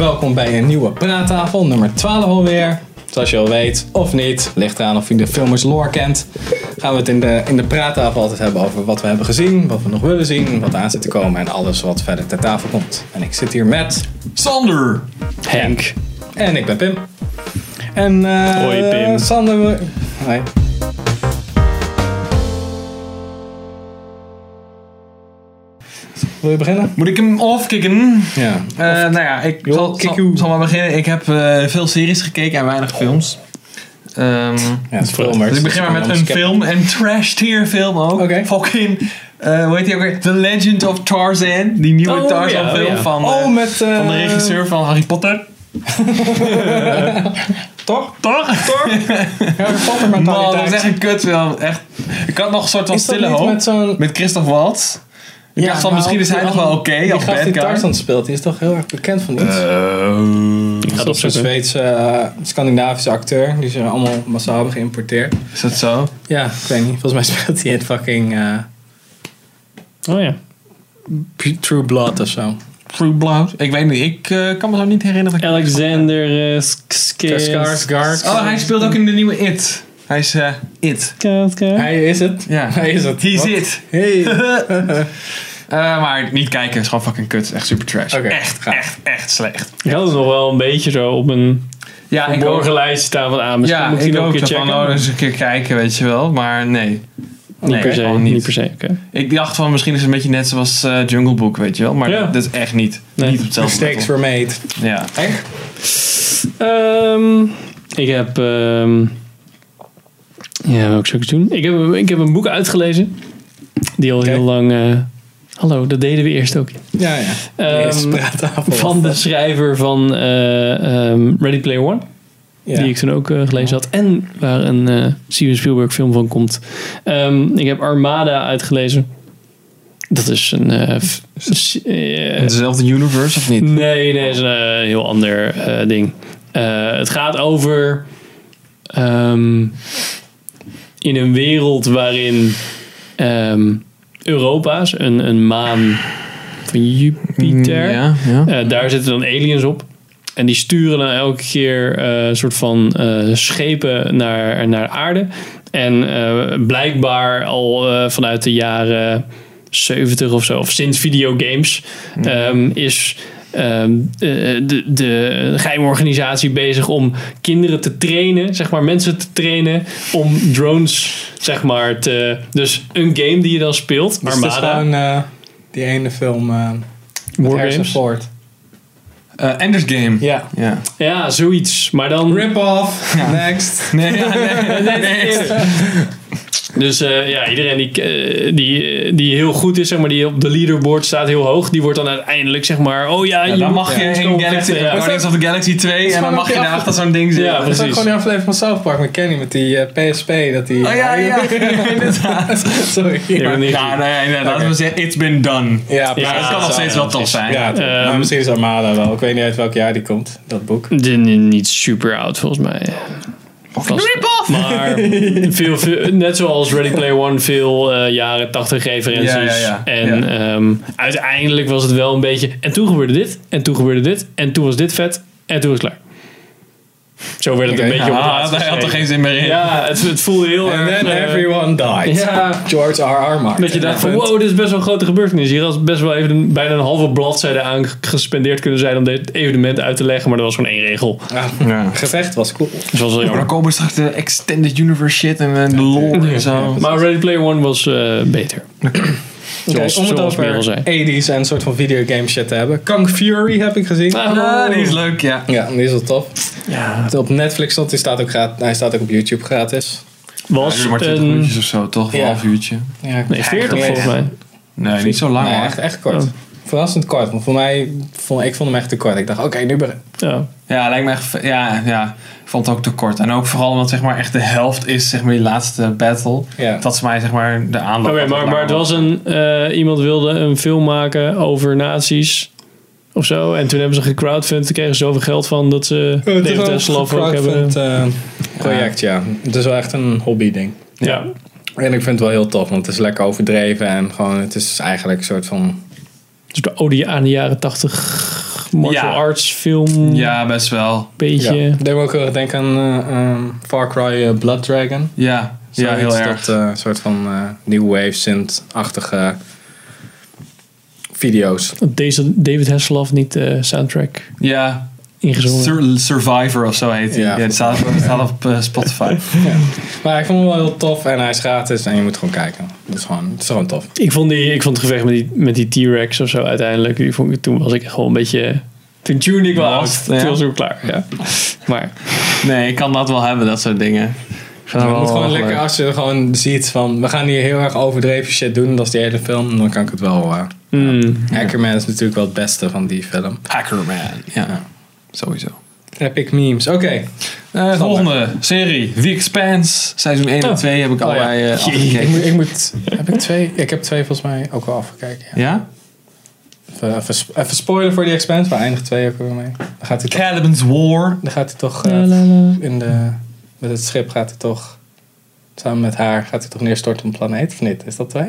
Welkom bij een nieuwe praattafel, nummer 12 alweer. Zoals je al weet, of niet, ligt eraan of je de filmers lore kent. Gaan we het in de, in de praattafel altijd hebben over wat we hebben gezien, wat we nog willen zien, wat aan zit te komen en alles wat verder ter tafel komt. En ik zit hier met Sander! Henk. En ik ben Pim. En eh Hoi, Pim. Sander. we- Hoi. Wil je beginnen? Moet ik hem afkicken? Ja. Eh nou ja, ik Joh, zal, kick zal- you. zal maar beginnen. Ik heb eh, veel series gekeken en weinig films. Ehm, Ja, het is filmers. dus ik begin maar met een Anders- film, een trash tier film ook. Oké. Fucking, eh, hoe heet die ook weer? The Legend of Tarzan. Die nieuwe Oh, Tarzan ja, film ja. Van, eh, Oh, met. eh, van de regisseur van Harry Potter. Toch? Toch? Harry Potter Man, dat is echt mentaliteit. een kutfilm. Echt. Ik had nog een soort van Is dat stille niet hoop. met Met, zo'n... Christoph Waltz. Ik dacht van, misschien is hij nog wel oké Die als gast bad die guy. Tarzan speelt, die is toch heel erg bekend van Eh, iets? Ik ga dat is een opzoeken. Zweedse, eh, Scandinavische acteur. Die ze allemaal massaal hebben geïmporteerd. Is dat zo? Ja, ik weet niet. Volgens mij speelt hij in fucking eh, Oh ja. True Blood of zo. True Blood? Ik weet niet. Ik eh, kan me zo niet herinneren. dat ik- Alexander uh, Skarsgård. Oh, hij speelt ook in de nieuwe It. Hij is eh, It. Hij is het. Ja. Hij is het. He's Wat? It. Hey. Eh, maar niet kijken, is gewoon fucking kut. Echt super trash. Oké, echt, gaaf. echt, echt slecht. Ik had het nog wel een beetje zo op een Ja, ik ook. verborgen lijstje staan van aan. Misschien Ja, moet ik die ik nog een ook. keer Van, checken. oh, eens een keer kijken, weet je wel. Maar nee. niet, per se, gewoon niet. niet. per se. oké. Ik dacht van, misschien is het een beetje net zoals eh, Jungle Book, weet je wel. Maar Ja. dat is echt niet. Nee. Niet op hetzelfde Mistakes level. were made. Ja. Henk? Ehm, ik heb. ehm ja, welke zou ik doen? Ik heb, ik heb een boek uitgelezen. Die al Oké. heel lang. eh, hallo, dat deden we eerst ook. Ja, ja. Ehm, Eerste praattafel. Van de schrijver van eh, ehm, Ready Player One. Ja. Die ik toen ook eh, gelezen had. En waar een eh Steven Spielberg film van komt. Ehm, ik heb Armada uitgelezen. Dat is een... eh, f- s- eh, Hetzelfde universe of niet? nee, nee, dat is een eh, heel ander eh, ding. Eh, het gaat over... ehm, in een wereld waarin ehm, Europa's een, een maan van Jupiter... Mm, Ja, ja. Eh, daar zitten dan aliens op. En die sturen dan elke keer eh, een soort van eh, schepen naar, naar aarde. En eh, blijkbaar al eh, vanuit de jaren 70 of zo, of sinds videogames, ehm, is ehm, eh, de, de geheimorganisatie bezig om kinderen te trainen, zeg maar mensen te trainen, om drones, zeg maar, te. Dus een game die je dan speelt, Dus het is Armada, gewoon eh, die ene film eh met Harrison Wargames. Ford. Eh, Ender's Game. Ja. Ja. Ja, zoiets. Maar dan. Rip-off. Next. Nee, ja, nee, nee, Dus eh, ja, iedereen die, eh, die, eh, die heel goed is, zeg maar, die op de leaderboard staat heel hoog, die wordt dan uiteindelijk, zeg maar, oh ja, Ja, je dan moet mag je ergens in komen Galaxy, vechten, ja. Guardians of the Galaxy 2 en gewoon dan mag een je keer daar af- achter zo'n ding zitten. Ja, Dat is ook precies. gewoon die aflevering van South Park met Kenny, met die eh, PSP. Dat die, Oh ja, ja, inderdaad. Sorry. Ik Ja, ben niet- Ja, nee, nee, laten we zeggen, it's been done. precies. Ja, dat kan nog zo, steeds ja, wel tof precies. zijn. Ja, Ehm, maar misschien is Armada wel. Ik weet niet uit welk jaar die komt, dat boek. Dit is Niet super oud, volgens mij. Vast- Rip-off! Maar veel, veel- net zoals Ready Player One, veel eh, jaren 80 referenties. Ja, ja, ja. En Ja. ehm, uiteindelijk was het wel een beetje. En toen gebeurde dit, en toen gebeurde dit, en toen was dit vet, en toen was het klaar. Zo werd het Oké. een beetje op het Ah, laatst daar had er geschreven. geen zin meer in. Ja, het, het voelde heel And erg. then eh, everyone died. ja. George R. R. Martin. dat je dacht van, Punt. wow, dit is best wel een grote gebeurtenis. Hier had best wel even een- bijna een halve bladzijde aan gespendeerd kunnen zijn om dit evenement uit te leggen. Maar er was gewoon één regel. Ja, Ja. gevecht was cool. Dus dat was wel Maar dan jammer. komen straks de extended universe shit en eh, de lore en zo. Maar Ready Player One was eh, beter. Zoals, om het zoals Merel over zei. 80s en een soort van videogame shit te hebben. Kung Fury heb ik gezien. Ah, die is leuk, ja. Ja, die is wel tof. Nou, Ja, Op Netflix stond, die staat ook gratis. Hij staat ook op YouTube gratis. Dat was duurt maar 20 een... minuutjes of zo, toch? Of Ja. een half uurtje. Ja, ik- Nee, 40 Nee, volgens mij. Nee, niet zo lang Nee, echt, hoor. echt kort. Oh. Verrassend kort. Want voor mij, vond, ik vond hem echt te kort. Ik dacht, oké, nu ben Ja. Ja, lijkt me echt. ve- Ja, ja. Ik vond het ook te kort. En ook vooral omdat zeg maar echt de helft is, zeg maar, die laatste battle. Ja. Dat is mij zeg maar de aanloop. Oké, maar, maar het was een... eh, iemand wilde een film maken over nazi's of zo. En toen hebben ze gecrowdfund. Toen kregen ze zoveel geld van dat ze... Oh, Het is tegen wel Tesla een ook hebben. crowdfund eh, project, ja. Het is wel echt een hobby-ding. Ja. En ik vind het wel heel tof, want het is lekker overdreven en gewoon, het is eigenlijk een soort van... Dus de ode aan de jaren 80 martial Ja. arts film. Ja, best wel. Beetje. Ja. Deed me ook heel erg denken aan eh, ehm, Far Cry eh, Blood Dragon. Ja, ja Zoiets, heel erg. Dat eh, soort van eh, New Wave synth-achtige video's. Had Deze David Hasselhoff niet de soundtrack Ja, ingezongen. Sur- Survivor of zo heet hij. Ja. eh, Ja, die staat, die staat op eh, Spotify. Maar ik vond hem wel heel tof en hij is gratis en je moet gewoon kijken. Dat is gewoon, het is gewoon tof. Ik vond, die, ik vond het gevecht met die, met die T-Rex of zo uiteindelijk. Die vond ik, toen was ik echt gewoon een beetje. Toen tune ik was, Lost, toen ja. was ik ook klaar. Ja. Maar Nee, ik kan dat wel hebben, dat soort dingen. Ik vind Het dat wel moet gewoon wel lekker leuk. als je gewoon ziet van we gaan hier heel erg overdreven shit doen, dat is die hele film, dan kan ik het wel. eh mm, Hackerman is natuurlijk wel het beste van die film. Ah. Hackerman. Ja, sowieso. Epic memes. Oké, Eh, volgende serie, The Expanse. Seizoen 1 Oh. en 2 heb ik allebei eh, ik, afgekeken. moet, ik moet. Heb ik twee? Ik heb twee volgens mij ook al afgekeken. Ja. Ja? Even, even, sp- even spoilen voor die expense, maar eindig twee heb ik er mee. Dan gaat hij toch, Caliban's War. dan gaat hij toch eh, in de, met het schip gaat hij toch samen met haar gaat hij toch neerstorten op een planeet of niet? Is dat twee?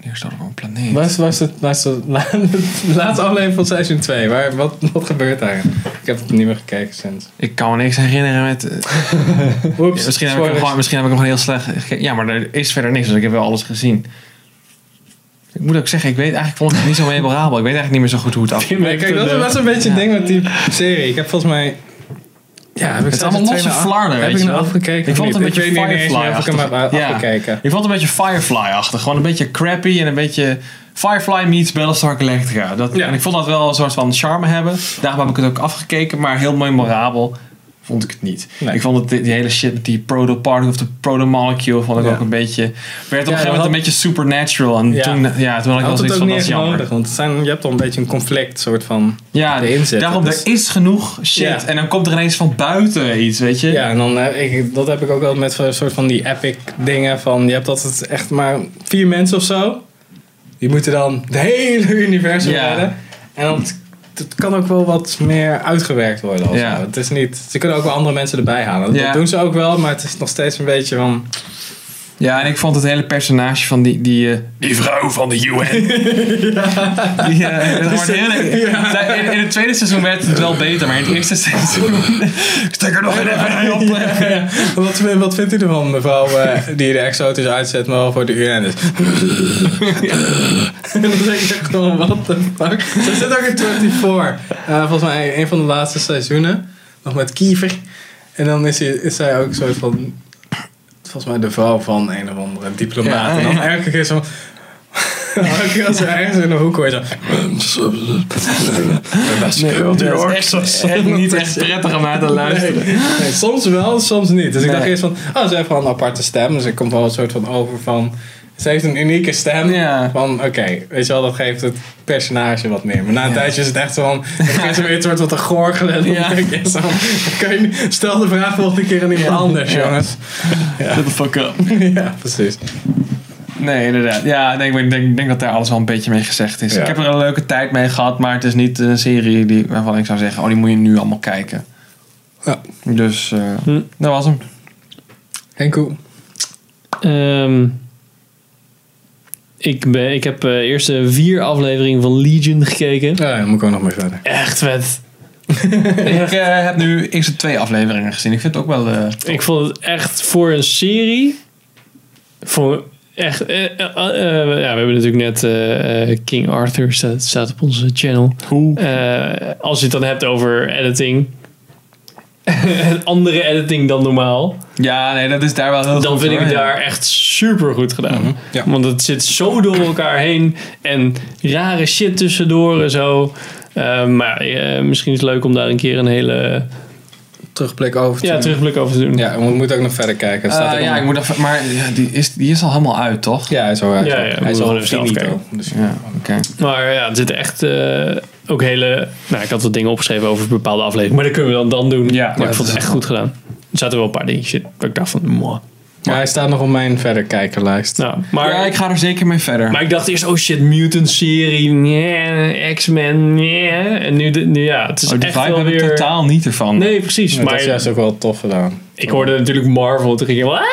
Hier staat op een planeet. Was, was het, was het la- de laatste aflevering van seizoen 2? Waar, wat, wat gebeurt daar? Ik heb het niet meer gekeken sinds. Ik kan me niks herinneren met... eh, Oeps, misschien, heb ik hem spoilers. gewoon, misschien heb ik hem gewoon heel slecht gekeken. Ja, maar er is verder niks, dus ik heb wel alles gezien. Ik moet ook zeggen, ik weet eigenlijk vond ik het niet zo memorabel. Ik weet eigenlijk niet meer zo goed hoe het af. Nee, kijk, dat was een beetje het ding met die serie. Ik heb volgens mij. Ja, heb ik Het is allemaal losse flarden, Heb weet ik je nou wel. afgekeken? Ik of vond het een niet? beetje weet niet eens meer of ik hem heb Firefly-achtig. Ja. afgekeken. Ik vond het een beetje Firefly-achtig. Gewoon een beetje crappy en een beetje Firefly meets Battlestar Galactica. Dat, Ja. En ik vond dat wel een soort van charme hebben. Daarom heb ik het ook afgekeken, maar heel memorabel vond ik het niet. Nee. Ik vond het, die, die hele shit met die proto-particle of de proto-molecule vond ik Ja. ook een beetje... Werd op een gegeven moment dat- een beetje supernatural. En Ja. toen, ja, toen had ik wel Had het zoiets ook van, niet dat is eens jammer. nodig, want het zijn, je hebt al een beetje een conflict soort van. Ja, De inzet, daarom, dat er is genoeg shit. Ja. En dan komt er ineens van buiten iets, weet je. Ja, en dan heb ik, dat heb ik ook wel met een soort van die epic dingen van je hebt altijd echt maar vier mensen of zo. Die moeten dan het hele universum Ja. redden. En dan het kan ook wel wat meer uitgewerkt worden. Of Ja. zo. Het is niet, ze kunnen ook wel andere mensen erbij halen. Dat Ja. doen ze ook wel, maar het is nog steeds een beetje van... Ja, en ik vond het hele personage van die... Die, eh, die vrouw van de UN. Die, eh, dat wordt heel- Nou, in, in het tweede seizoen werd het wel beter, maar in het eerste seizoen... Stek er nog een even op. eh. Wat, wat vindt u ervan, mevrouw eh, die de exotisch uitzet, maar wel voor de UN is? En dan denk ik gewoon, what the fuck? Ze zit ook in 24. Eh, volgens mij een van de laatste seizoenen. Nog met Kiever. En dan is, hij, is zij ook een soort van... Volgens mij de vrouw van een of andere diplomaat. Ja, en dan ja. elke keer zo... Elke keer als ze ergens in de hoek hoor je zo... Dat is echt, echt niet echt prettig om naar te luisteren. Nee, nee, soms wel, soms niet. Dus ik Nee. dacht eerst van, oh, ze heeft gewoon een aparte stem. Dus ik kom wel een soort van over van, ze heeft een unieke stem. Ja. Van, oké, weet je wel, dat geeft het personage wat meer. Maar na een tijdje is het echt zo van, dan begint ze weer een soort wat te gorgelen. En dan Ja. denk ik eerst zo, kan je niet- stel de vraag volgende keer aan iemand anders, Ja. jongens. Shut the fuck eh. up. ja, precies. Nee, inderdaad. Ja, ik denk, ik denk, ik denk dat daar alles wel een beetje mee gezegd is. Ja. Ik heb er een leuke tijd mee gehad, maar het is niet een serie die, waarvan ik zou zeggen... Oh, die moet je nu allemaal kijken. Ja. Dus eh, Hm. dat was hem. Henko, ehm, ik, ben, ik heb eh eerst eh, vier afleveringen van Legion gekeken. ja, dan moet ik ook nog mee verder. Echt vet. Ik eh, heb nu eerst de twee afleveringen gezien. Ik vind het ook wel... eh, Ik vond het echt voor een serie. Voor echt. eh, eh, eh, eh, ja, we hebben natuurlijk net eh, eh, King Arthur staat, staat op onze channel. Hoe? Eh, als je het dan hebt over editing. andere editing dan normaal. Ja, nee, dat is daar wel heel dan goed vind ik hoor, het ja. Mhm, daar echt super goed gedaan. ja. Want het zit zo door elkaar heen en rare shit tussendoor en zo. Eh, maar eh, misschien is het leuk om daar een keer een hele Terugblik over te ja, doen. terugblik over te doen. Ja, en we moeten ook nog verder kijken. Er Eh, staat ook ja, nog- ik moet even, maar ja, die, is, die is al helemaal uit, toch? ja, hij is al uit. Ja, ja, hij is moeten we al even zelf finito. kijken. Dus Ja, oké. Maar ja, er zitten echt eh, ook hele... Nou, ik had wat dingen opgeschreven over bepaalde afleveringen. Maar dat kunnen we dan dan doen. Ja, maar ja, ik vond dat het is echt goed gedaan. Er zaten wel een paar dingetjes in dat ik dacht van... Mwah. Maar hij staat nog op mijn verder kijkenlijst. Nou, maar, ja, ik ik, ga er zeker mee verder. maar ik dacht eerst, oh shit, Mutant-serie. Nee, X-Men. Nee. En nu, de- nu ja, het is oh, die echt vibe wel heb ik weer... totaal niet ervan. Nee, precies. Ja, dat is maar juist ook wel tof gedaan. ik hoorde natuurlijk Marvel. Toen ging ik helemaal... Ah,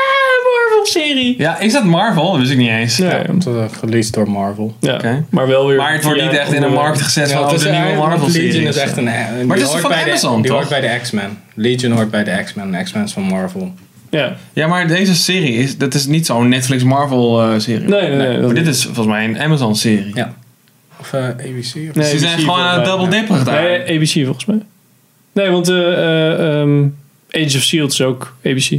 Marvel filmserie. Ja, is dat Marvel? Dat wist ik niet eens. Ja. Ja, dat is geleased door Marvel. Ja. Oké. Maar wel weer. Maar het wordt ja, eh, niet echt in onder- een markt gezet Ja, van want oh, het de is nieuwe eigenlijk- Marvel want Legion serie. is echt een... die Maar het is hoort van bij de- Amazon, Die toch? hoort bij de X-Men. Legion hoort bij de X-Men. De X-Men is van Marvel. Ja. Ja, maar deze serie is, dat is niet zo'n Netflix Marvel eh, serie. Nee, nee, nee, dat maar dit niet. is volgens mij een Amazon serie. Ja. Of eh, ABC? Of Nee, Ze zijn ABC gewoon aan het volgens mij. double-dippen gedaan. Nee, ABC volgens mij. Nee, want eh eh, ehm, Age of Shield is ook ABC.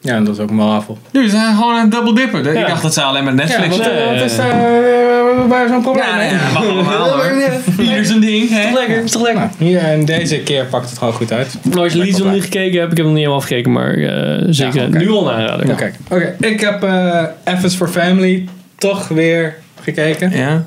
Ja, en dat is ook Marvel. Nu, ze zijn gewoon aan het double dippen. Ja. Ik dacht dat ze alleen maar Ja, Netflix... wat, Nee. eh, wat is daar bij zo'n probleem? Ja, hè? ja, mag allemaal hoor. Ieder Is zijn ding, hè? toch lekker, is toch lekker. Nou, Hier, en deze keer pakt het gewoon goed uit. Nou, als Lekker je Legion waar. niet gekeken hebt, ik heb hem nog niet helemaal afgekeken, maar eh, zeker oké. nu al een aanrader. Oké, oké. ik heb eh F's for Family toch weer gekeken. Ja.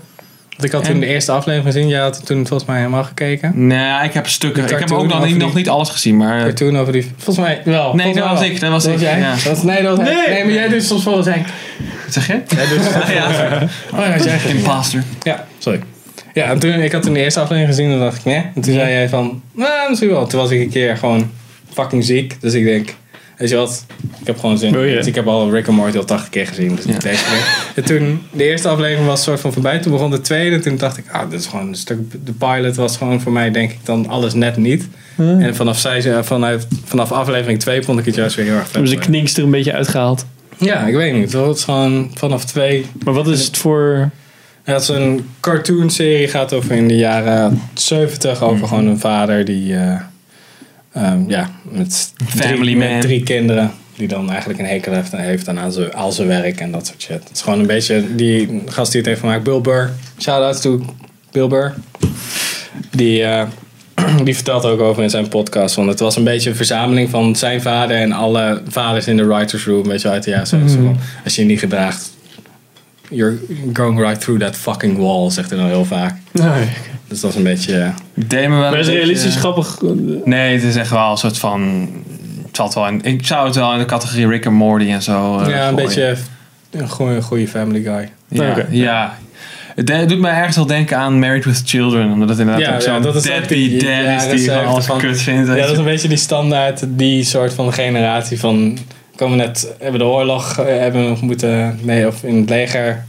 Want ik had toen En? de eerste aflevering gezien. Jij had toen volgens mij helemaal gekeken. Nee, ik heb stukken. Die Ik heb cartoon ook nog over niet, die- nog niet alles gezien, maar... eh, Cartoon over die... Volgens mij wel. volgens Nee, dat mij was wel. ik, dat was ik, jij? ja. Dat was- nee, dat was Nee. hij. Nee, maar jij doet soms volgens mij. Wat zeg je? Jij doet soms- Ah, ja. Oh, ja, jij ging- Imposter. Ja, sorry. Ja, en toen, ik had toen de eerste aflevering gezien en dacht ik, nee. En toen zei jij van, nou, misschien wel. Toen was ik een keer gewoon fucking ziek. Dus ik denk, weet je wat, ik heb gewoon zin. Wil je? Dus ik heb al Rick and Morty al 80 keer gezien. Dus niet deze keer. En toen, de eerste aflevering was soort van voorbij. Toen begon de tweede. En toen dacht ik, ah, dit is gewoon een stuk... De pilot was gewoon voor mij, denk ik, dan alles net niet. En vanaf, zij, vanuit, vanaf aflevering 2 vond ik het juist weer heel erg Hebben ze leuk. de kninkster een beetje uitgehaald. Ja, ik weet niet. Het is gewoon vanaf 2 Maar wat is het voor... ja, het is een cartoonserie, gaat over in de jaren 70, over Mhm. gewoon een vader die, eh, ehm, ja, met Family drie, met man. drie kinderen, die dan eigenlijk een hekel heeft, heeft aan, aan zijn, al zijn werk en dat soort shit. Het is gewoon een beetje, die gast die het heeft gemaakt, Bill Burr, shout-out to Bill Burr, die, eh, die vertelt er ook over in zijn podcast, want het was een beetje een verzameling van zijn vader en alle vaders in de writers room, weet je, uit de jaren 70. Als je je niet gedraagt, You're going right through that fucking wall, zegt hij dan heel vaak. Nee. Dus dat is een beetje. eh, Ik deed me wel Maar een is het beetje- realistisch grappig? Nee, het is echt wel een soort van... Het valt wel in, ik zou het wel in de categorie Rick and Morty en zo... eh, ja, een gooien. beetje. eh, Een goede, goede family guy. Ja, Oké. ja. Het de- doet mij ergens wel denken aan Married with Children. Omdat het inderdaad Ja, ook ja, zo'n dat is ook die- deadbeat dad ja, is dat die is gewoon echt alles van- kut vindt. Ja, weet dat is je. een beetje die standaard, die soort van generatie van. Komen net, hebben de oorlog, eh, hebben nog moeten. Nee, of in het leger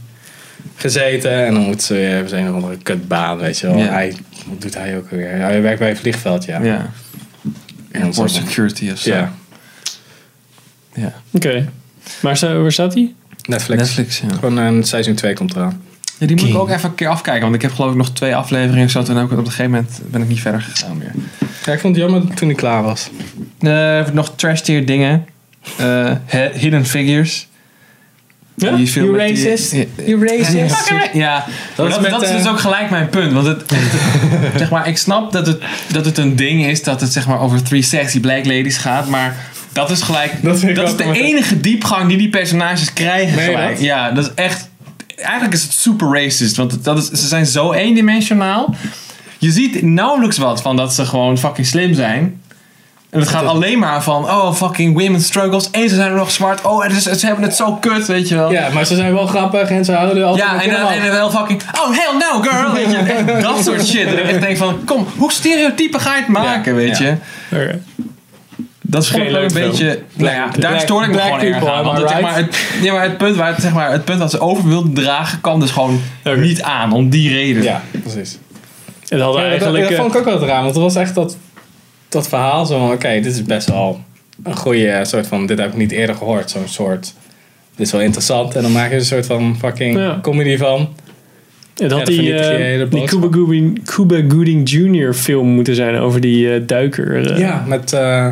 gezeten. En dan moeten ze weer hebben ze een of andere kutbaan, weet je wel. Ja. Hij, wat doet hij ook weer? Hij werkt bij een vliegveld, ja. Ja, En dan voor zo- security of zo. ja. Ja. Oké. Maar sta- waar staat hij? Netflix. Netflix, ja. Gewoon een seizoen 2 komt eraan. Ja, die moet King. ik ook even een keer afkijken. Want ik heb geloof ik nog twee afleveringen of zo. Toen heb ik op een gegeven moment ben ik niet verder gegaan meer. Ja, ik vond het jammer toen hij klaar was. Eh, nog trash tier dingen. Eh, He- Hidden Figures. Die film met die- You Ja, Ja, dat, is dat, met, is dus eh, ook gelijk mijn punt. Want het, zeg maar, ik snap dat het, dat het een ding is dat het zeg maar, over three sexy black ladies gaat. Maar dat is gelijk. Dat Dat, vind ik is ook de wel- enige diepgang die die personages krijgen. Meen je gelijk. dat? Ja, dat is echt. Eigenlijk is het super racist. Want het- dat is, ze zijn zo eendimensionaal. Je ziet nauwelijks wat van dat ze gewoon fucking slim zijn. En het gaat alleen maar van, oh fucking women struggles. En ze zijn nog zwart. Oh, en ze, ze hebben het zo kut, weet je wel. Ja, maar ze zijn wel grappig en ze houden altijd Ja, en, dan- en dan wel fucking, oh hell no girl, weet je. Echt Dat soort shit. Dat ik echt denk van, kom, hoe stereotypen ga je het maken, Ja, weet ja. je. Oké. Dat is geen gewoon een leuk film. beetje, nou ja, daar black- stoor ik me black gewoon erg people, aan. am Want I het, zeg right? maar, het, ja, maar het punt waar het, zeg maar, het punt dat ze over wilde dragen kwam dus gewoon niet aan, om die reden. Ja, precies. Het had Ja, dat, eigenlijk... dat eh, vond ik ook wel raar, want het was echt dat, dat verhaal zo van, oké, dit is best wel een goede soort van, dit heb ik niet eerder gehoord, zo'n soort, dit is wel interessant. En dan maak je er een soort van fucking Ja. comedy van. Het Ja, had dat die, vernietigt je eh, hele die boodschap. Cuba Gooding, Cuba Gooding Jr. film moeten zijn over die eh, duiker. eh. Ja, met, eh,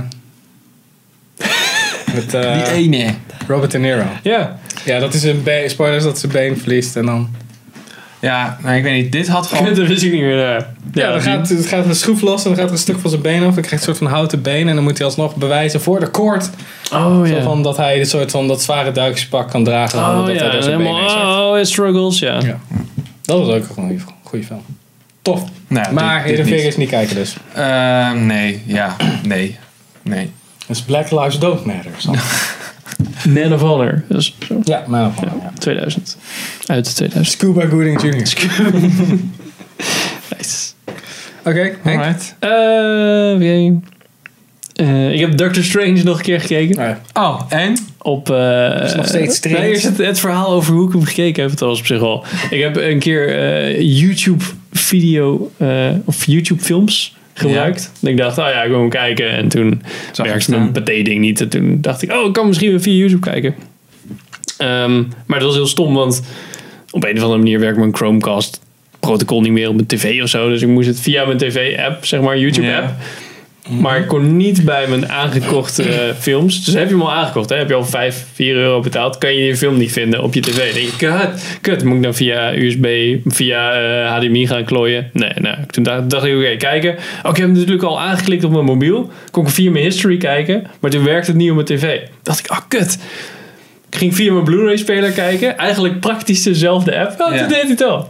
met eh, Die ene. Robert De Niro. Ja. Ja, dat is een been, spoilers dat zijn been verliest en dan... Ja, nou ik weet niet, dit had gewoon... Dat wist ik niet meer. eh. Ja, Oh. Ja, dan die- gaat, dan gaat een schroef los en dan gaat er een stuk van zijn been af. Dan krijgt hij een soort van houten been en dan moet hij alsnog bewijzen voor de koord. Oh Zo ja. van dat hij een soort van dat zware duikjespak kan dragen. zonder Oh dat hij ja, daar en zijn been in zet. helemaal, oh, het struggles, ja. Ja. Dat was ook een goede, goede film. Tof. Nou, maar dit- dit Hidden niet. Figures niet kijken dus. Eh, nee, ja, nee, nee. Dus Black Lives Don't Matter. Sam. Man of Honor. Dat is zo. ja, maar ook wel, ja. 2000. Dus, Uit 2000. Scuba Gooding Jr. Nice. Oké, Henk. Alright. Eh, wie- Eh, ik heb Doctor Strange nog een keer gekeken. Nou ja. Oh, en? Op, eh, is nog steeds nee, trend. eerst het, het verhaal over hoe ik hem gekeken heb. Dat was op zich al. Ik heb een keer eh, YouTube video eh, of YouTube films gebruikt. En ik dacht, oh ja, ik wil hem kijken. En toen Zag ik werkte staan. mijn paté ding niet. En toen dacht ik, oh, ik kan misschien weer via YouTube kijken. Ehm, maar dat was heel stom, want op een of andere manier werkt mijn Chromecast protocol niet meer op mijn tv of zo. Dus ik moest het via mijn tv-app, zeg maar, YouTube-app. Ja. Maar ik kon niet bij mijn aangekochte eh, films. Dus heb je hem al aangekocht, hè? heb je al 5, 4 euro betaald, kan je die film niet vinden op je tv. Dan denk je, kut, kut, moet ik dan via USB, via eh, HDMI gaan klooien? Nee, nou, toen dacht, dacht ik, oké, kijken. Oké, ik heb hem natuurlijk al aangeklikt op mijn mobiel. Kon ik via mijn history kijken, maar toen werkte het niet op mijn tv. Dacht ik, ah, kut. Ik ging via mijn Blu-ray speler kijken. Eigenlijk praktisch dezelfde app. Oh, Ja. toen deed hij het al.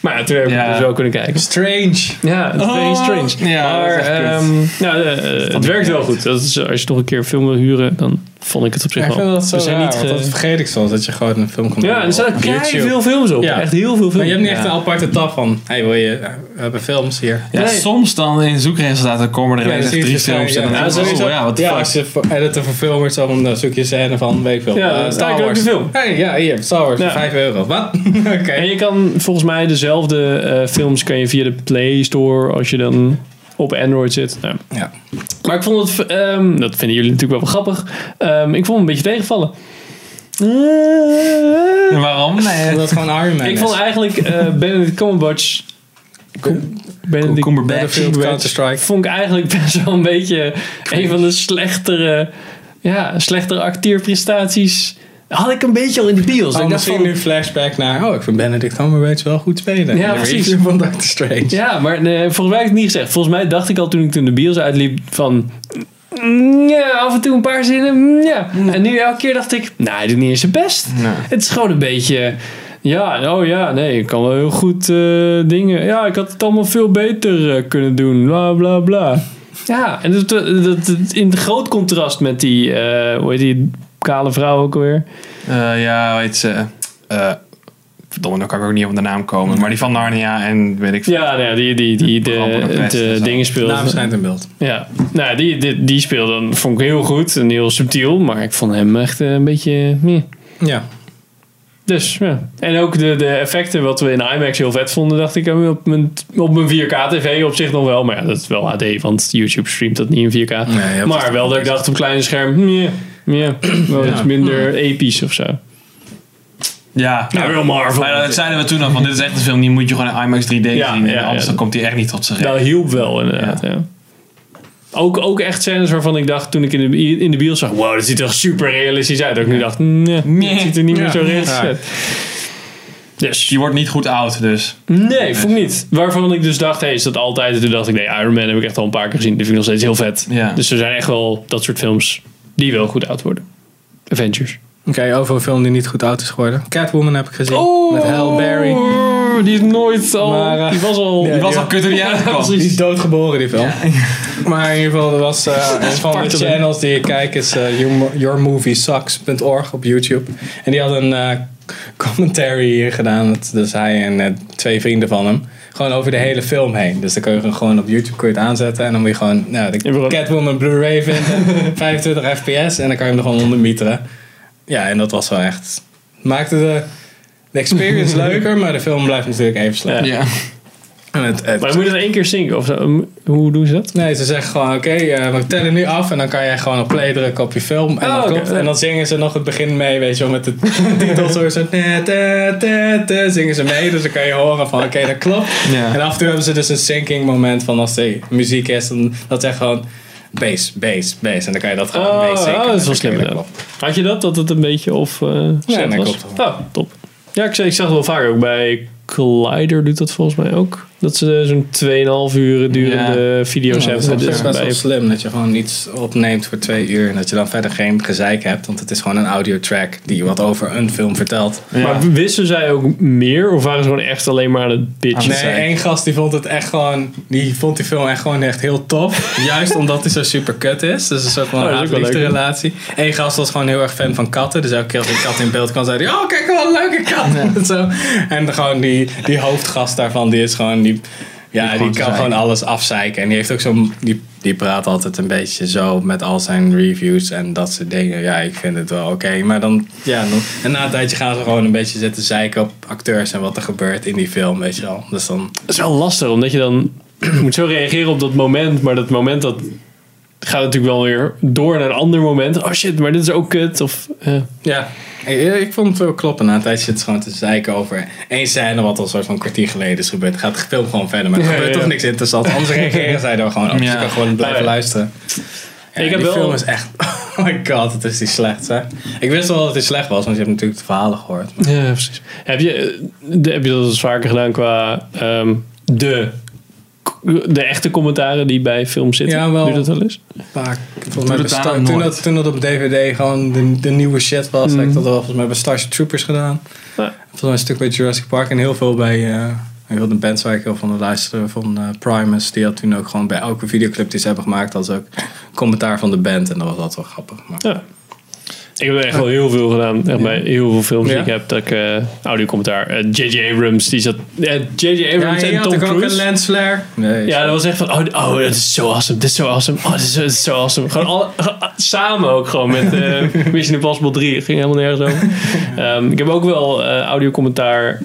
Maar ja, toen heb ik Ja. het dus wel kunnen kijken. Strange. Ja, Oh. dat is very strange. Ja, dat is maar echt kut. ehm, nou, eh, eh, het werkt wel goed. Dat is, eh, als je nog een keer een film wil huren, dan vond ik het op Ja, zich ik vind wel. dat zo We zijn raar, niet want ge- dat vergeet ik soms. Dat je gewoon een film kan Ja, doen er staan op keihard YouTube. veel films op. Ja. Echt heel veel films. Maar je hebt niet echt Ja. een aparte tab van... Hé, hey, wil je... eh, We hebben films hier. Ja, Nee. soms dan in zoekresultaten komen er Ja, ineens echt zie je drie het zo, films. ja. en dan Ja, denk ik, sowieso. oh ja, wat de Ja, fuck. als je voor- editor van film wordt, dan dan zoek je scène van weekfilm. Ja, Eh, Star dan sta ik er ook Wars. de film. Hé, ja, hier, Star Wars, Ja. 5 euro. Wat? Oké. En je kan volgens mij dezelfde eh, films kan je via de Play Store als je dan op Android zit. Nou, Ja. Maar ik vond het, ehm, dat vinden jullie natuurlijk wel grappig. Ehm, ik vond het een beetje tegenvallen. En waarom? Nee, Omdat het gewoon Iron Man ik is. vond eigenlijk eh Benedict Cumberbatch. Benedict Cumberbatch. Battlefield, Cumberbatch. Counter-Strike. vond ik eigenlijk best wel een beetje een van de slechtere, ja, slechtere acteerprestaties. Had ik een beetje al in de bios. Oh, ik dacht misschien van, nu flashback naar... Oh, ik vind Benedict Cumberbatch wel goed spelen. Ja, In de precies. review van Doctor Strange. ja, maar nee, volgens mij heb ik het niet gezegd. Volgens mij dacht ik al toen ik toen de bios uitliep van... mm, Ja, af en toe een paar zinnen. mm, Ja. En nu elke keer dacht ik, nou, hij doet niet eens zijn best. Nee. Het is gewoon een beetje... Ja, oh ja, nee, ik kan wel heel goed eh, dingen. Ja, ik had het allemaal veel beter eh, kunnen doen. Bla, bla, bla. Ja, en dat, eh, dat, dat- in groot contrast met die, eh hoe heet die kale vrouw ook alweer? Eh, ja, weet ze. eh, verdomme, dan kan ik ook niet op de naam komen. Maar die van Narnia en weet ik veel. Ja, nou ja, die, die, die de, Rampen en de, pesten en zo. dingen speelt. Naam schijnt in beeld. Ja, nou, die, die, die speelde dan, vond ik heel goed en heel subtiel, maar ik vond hem echt eh, een beetje. meh. Ja. Dus ja. En ook de, de effecten, wat we in IMAX heel vet vonden, dacht ik eh, op mijn, op mijn 4K-TV op zich nog wel. Maar ja, dat is wel HD, want YouTube streamt dat niet in 4K. hebt maar het- wel dat ik dacht op kleine scherm, meh, meh, wel Ja. iets minder episch of zo. Ja. Nou, wel Marvel. Maar dat zeiden we toen al, van dit is echt een film, die moet je gewoon in IMAX 3D Ja, zien. en ja, anders ja. dan komt die echt niet tot zijn recht. Dat hielp wel inderdaad, ja. Ook, ook echt scènes waarvan ik dacht toen ik in de, in de bios zag, wow, dat ziet er echt super realistisch uit. Dat ik nu dacht, nee, het ziet er niet meer Ja. zo realistisch Ja. uit. Dus, Je wordt niet goed oud, dus. nee, vond ik niet. Waarvan ik dus dacht, hey, is dat altijd? En toen dacht ik, nee, Iron Man heb ik echt al een paar keer gezien. Die vind ik nog steeds heel vet. Ja. Dus er zijn echt wel dat soort films die wel goed oud worden. Avengers. Oké, over een film die niet goed oud is geworden. Catwoman heb ik gezien. met Halle Berry. Barry. Oh, Die is nooit al, Maar, eh, die was al... ja, Die was ja. al kut toen die uitkwam. Die is doodgeboren, die film. Maar in ieder geval, er was eh, een van de Spartelen. channels die ik kijk is eh, Your- yourmoviesucks.org op YouTube. En die had een eh, commentary hier gedaan. Dat, dus hij en eh, twee vrienden van hem. Gewoon over de hele film heen. Dus dan kun je gewoon op YouTube kun je het aanzetten. En dan moet je gewoon nou, de Je wil- Catwoman Blu-ray vinden. 25 fps. En dan kan je hem er gewoon onder mieteren. Ja, en dat was wel echt... Maakte de, de experience leuker, maar de film blijft natuurlijk even slecht. Ja. En het, het- Maar je moet het één keer zinken. Of zo. Hoe doen ze dat? Nee, ze zeggen gewoon, oké, eh, we tellen nu af en dan kan jij gewoon op play drukken op je film. En, Oh, dan, oké. klopt- en dan zingen ze nog het begin mee, weet je wel, met de titels hoor je zo, ta, ta, ta, ta, zingen ze mee. Dus dan kan je horen van, oké, dat klopt. Ja. En af en toe hebben ze dus een syncing moment van als er muziek is, dan dat zegt gewoon bass, bass, bass. En dan kan je dat gewoon Oh, mee zinken. oh, dat is wel Dan slim, kun je ja. dat klopt. Had je dat, dat het een beetje of eh slecht dat was? klopt Oh, top. Ja, ik, zag- ik zag het wel vaak ook bij Collider doet dat volgens mij ook. Dat ze zo'n 2,5 uur durende video's Ja, dat is hebben. op zich Dus best wel bij- slim dat je gewoon iets opneemt voor twee uur en dat je dan verder geen gezeik hebt. Want het is gewoon een audiotrack die wat over een film vertelt. Ja. Maar wisten zij ook meer of waren ze gewoon echt alleen maar aan het bitchen? Ah, Nee, één gast die vond het echt gewoon. Die vond die film echt gewoon echt heel tof. Juist omdat hij zo super kut is. Dus een soort van Oh, dat is ook wel haat-liefde leuk. relatie. Eén gast was gewoon heel erg fan van katten. Dus elke keer als een kat in beeld kwam, zei hij: Oh, kijk wat een leuke kat. En, zo. en gewoon die, die hoofdgast daarvan, die is gewoon. Die, Ja, die gewoon kan te zeiken. gewoon alles afzeiken. En die heeft ook zo'n. Die, die praat altijd een beetje zo met al zijn reviews en dat soort dingen. Ja, ik vind het wel oké. Maar dan, ja, dan, en na een tijdje gaan ze gewoon een beetje zitten zeiken op acteurs en wat er gebeurt in die film, weet je wel. Dus dan. Dat is wel lastig, omdat je dan je moet zo reageren op dat moment, maar dat moment dat gaat natuurlijk wel weer door naar een ander moment. Oh shit, maar dit is ook kut. Of, eh. Ja, ik, ik vond het wel kloppen. Na een tijdje zit ze gewoon te zeiken over één scène wat al soort van een kwartier geleden is gebeurd. Gaat de film gewoon verder, maar er Ja, gebeurt ja. toch niks Dus interessants. Anders reageren zij daar gewoon op. Dus Ja. je kan gewoon blijven Ja. luisteren. Ja, Ik heb die wel- film is echt... Oh my god, het is die slecht, hè? Ik wist wel dat het slecht was, want je hebt natuurlijk de verhalen gehoord. Maar Ja, precies. Heb je, eh, de- heb je dat eens vaker gedaan qua ehm, de, de echte commentaren die bij film zitten? Ja, wel. Doe je dat wel eens? vaak, volgens mij het besta- daarna toen, nooit. dat, toen dat op DVD gewoon de, de nieuwe shit was, Mm. heb ik dat wel volgens mij bij Starship Troopers gedaan. Ja. Volgens mij een stuk bij Jurassic Park en heel veel bij... eh, ik wilde een band waar ik heel van de luisteren van eh, Primus. Die had toen ook gewoon bij elke videoclip die ze hebben gemaakt, had ze ook commentaar van de band. En dat was altijd wel grappig. Maar, Ja. Ik heb er echt wel heel veel gedaan. Echt bij heel veel films Ja. die ik heb. Dat ik eh audio-commentaar. eh, J.J. Abrams. Die zat. eh, J.J. Abrams en Tom Cruise. lensflare. Nee, Ja, dat was echt van, oh, oh, dat is zo awesome, dit is zo awesome, oh, dit is zo- dit is zo awesome. Gewoon al, samen ook gewoon met eh, Mission Impossible 3, Het ging helemaal nergens over. Ehm, ik heb ook wel eh audiocommentaar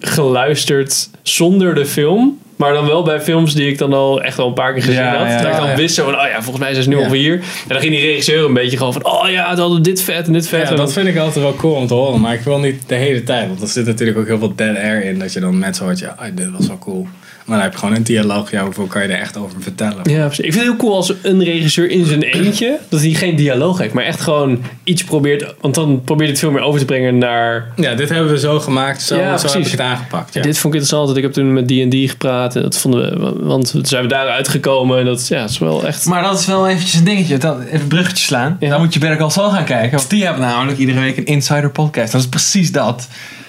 geluisterd zonder de film, maar dan wel bij films die ik dan al echt al een paar keer gezien Ja, had. ja, dat ik dan ja. wist zo van, oh ja, volgens mij zijn ze nu Ja. ongeveer hier. En dan ging die regisseur een beetje gewoon van, oh ja, het hadden dit vet en dit vet. Ja, en dat dan- vind ik altijd wel cool om te horen, maar ik wil niet de hele tijd. Want er zit natuurlijk ook heel veel dead air in, dat je dan mensen hoort, ja, ah, dit was wel cool. Maar dan heb je gewoon een dialoog, ja, hoeveel kan je er echt over vertellen? Ja, precies. ik vind het heel cool als een regisseur in zijn eentje, dat hij geen dialoog heeft, maar echt gewoon iets probeert, want dan probeert hij het veel meer over te brengen naar Ja, dit hebben we zo gemaakt, zo, Ja, zo heb precies. ik het aangepakt. Ja. Dit vond ik interessant, want ik heb toen met D&D gepraat. en Dat vonden we, want toen zijn we daaruit gekomen. En dat is- ja, het is wel echt... Maar dat is wel eventjes een dingetje. Dan, even een bruggetje slaan. Ja. Dan moet je Better Call Saul gaan kijken. Want die hebben namelijk iedere week een insider podcast. Dat is precies dat.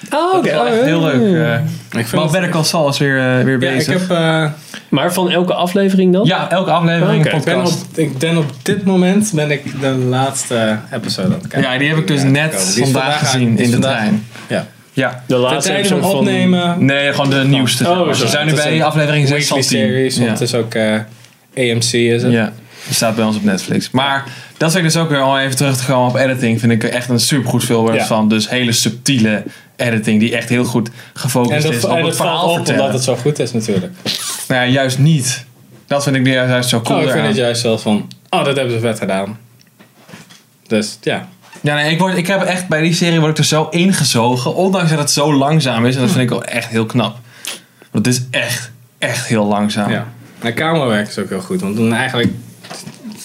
Oh, Dat is wel echt heel leuk. eh. ik vind maar het- Better Call Saul is weer, eh, weer ja, ik, bezig. heb, eh, Maar van elke aflevering dan? Ja, elke aflevering Oké, een ik, ben op, podcast. ik ben op dit moment ben ik de laatste episode aan het kijken. Ja, die heb ik dus Ja, net die is vandaag aan- gezien die is in de vandaag- trein. Ja. Ja. De De laatste tijd om episode van- opnemen. Nee, gewoon de nieuwste. Oh, we zo. zijn nu Het is bij een aflevering 6 van Weekly 10. series, want Ja. het is ook eh, AMC is het. ja, die staat bij ons op Netflix. Maar dat vind ik dus ook weer al even terug te komen op editing. Vind ik er echt een supergoed filmwerk Ja. van. Dus hele subtiele editing die echt heel goed En gefocust dat, is op en het dat valt verhaal op vertellen. omdat het zo goed is natuurlijk. Nou ja, juist niet. Dat vind ik nu juist, juist zo cool Oh, ik vind eraan. het juist zelfs van, oh, dat hebben ze vet gedaan. Dus ja. Ja, nee, ik, word, ik heb echt bij die serie word ik er zo ingezogen. Ondanks dat het zo langzaam is. En dat vind ik wel echt heel knap. Want het is echt, echt heel langzaam. ja. En camerawerk is ook heel goed, want dan eigenlijk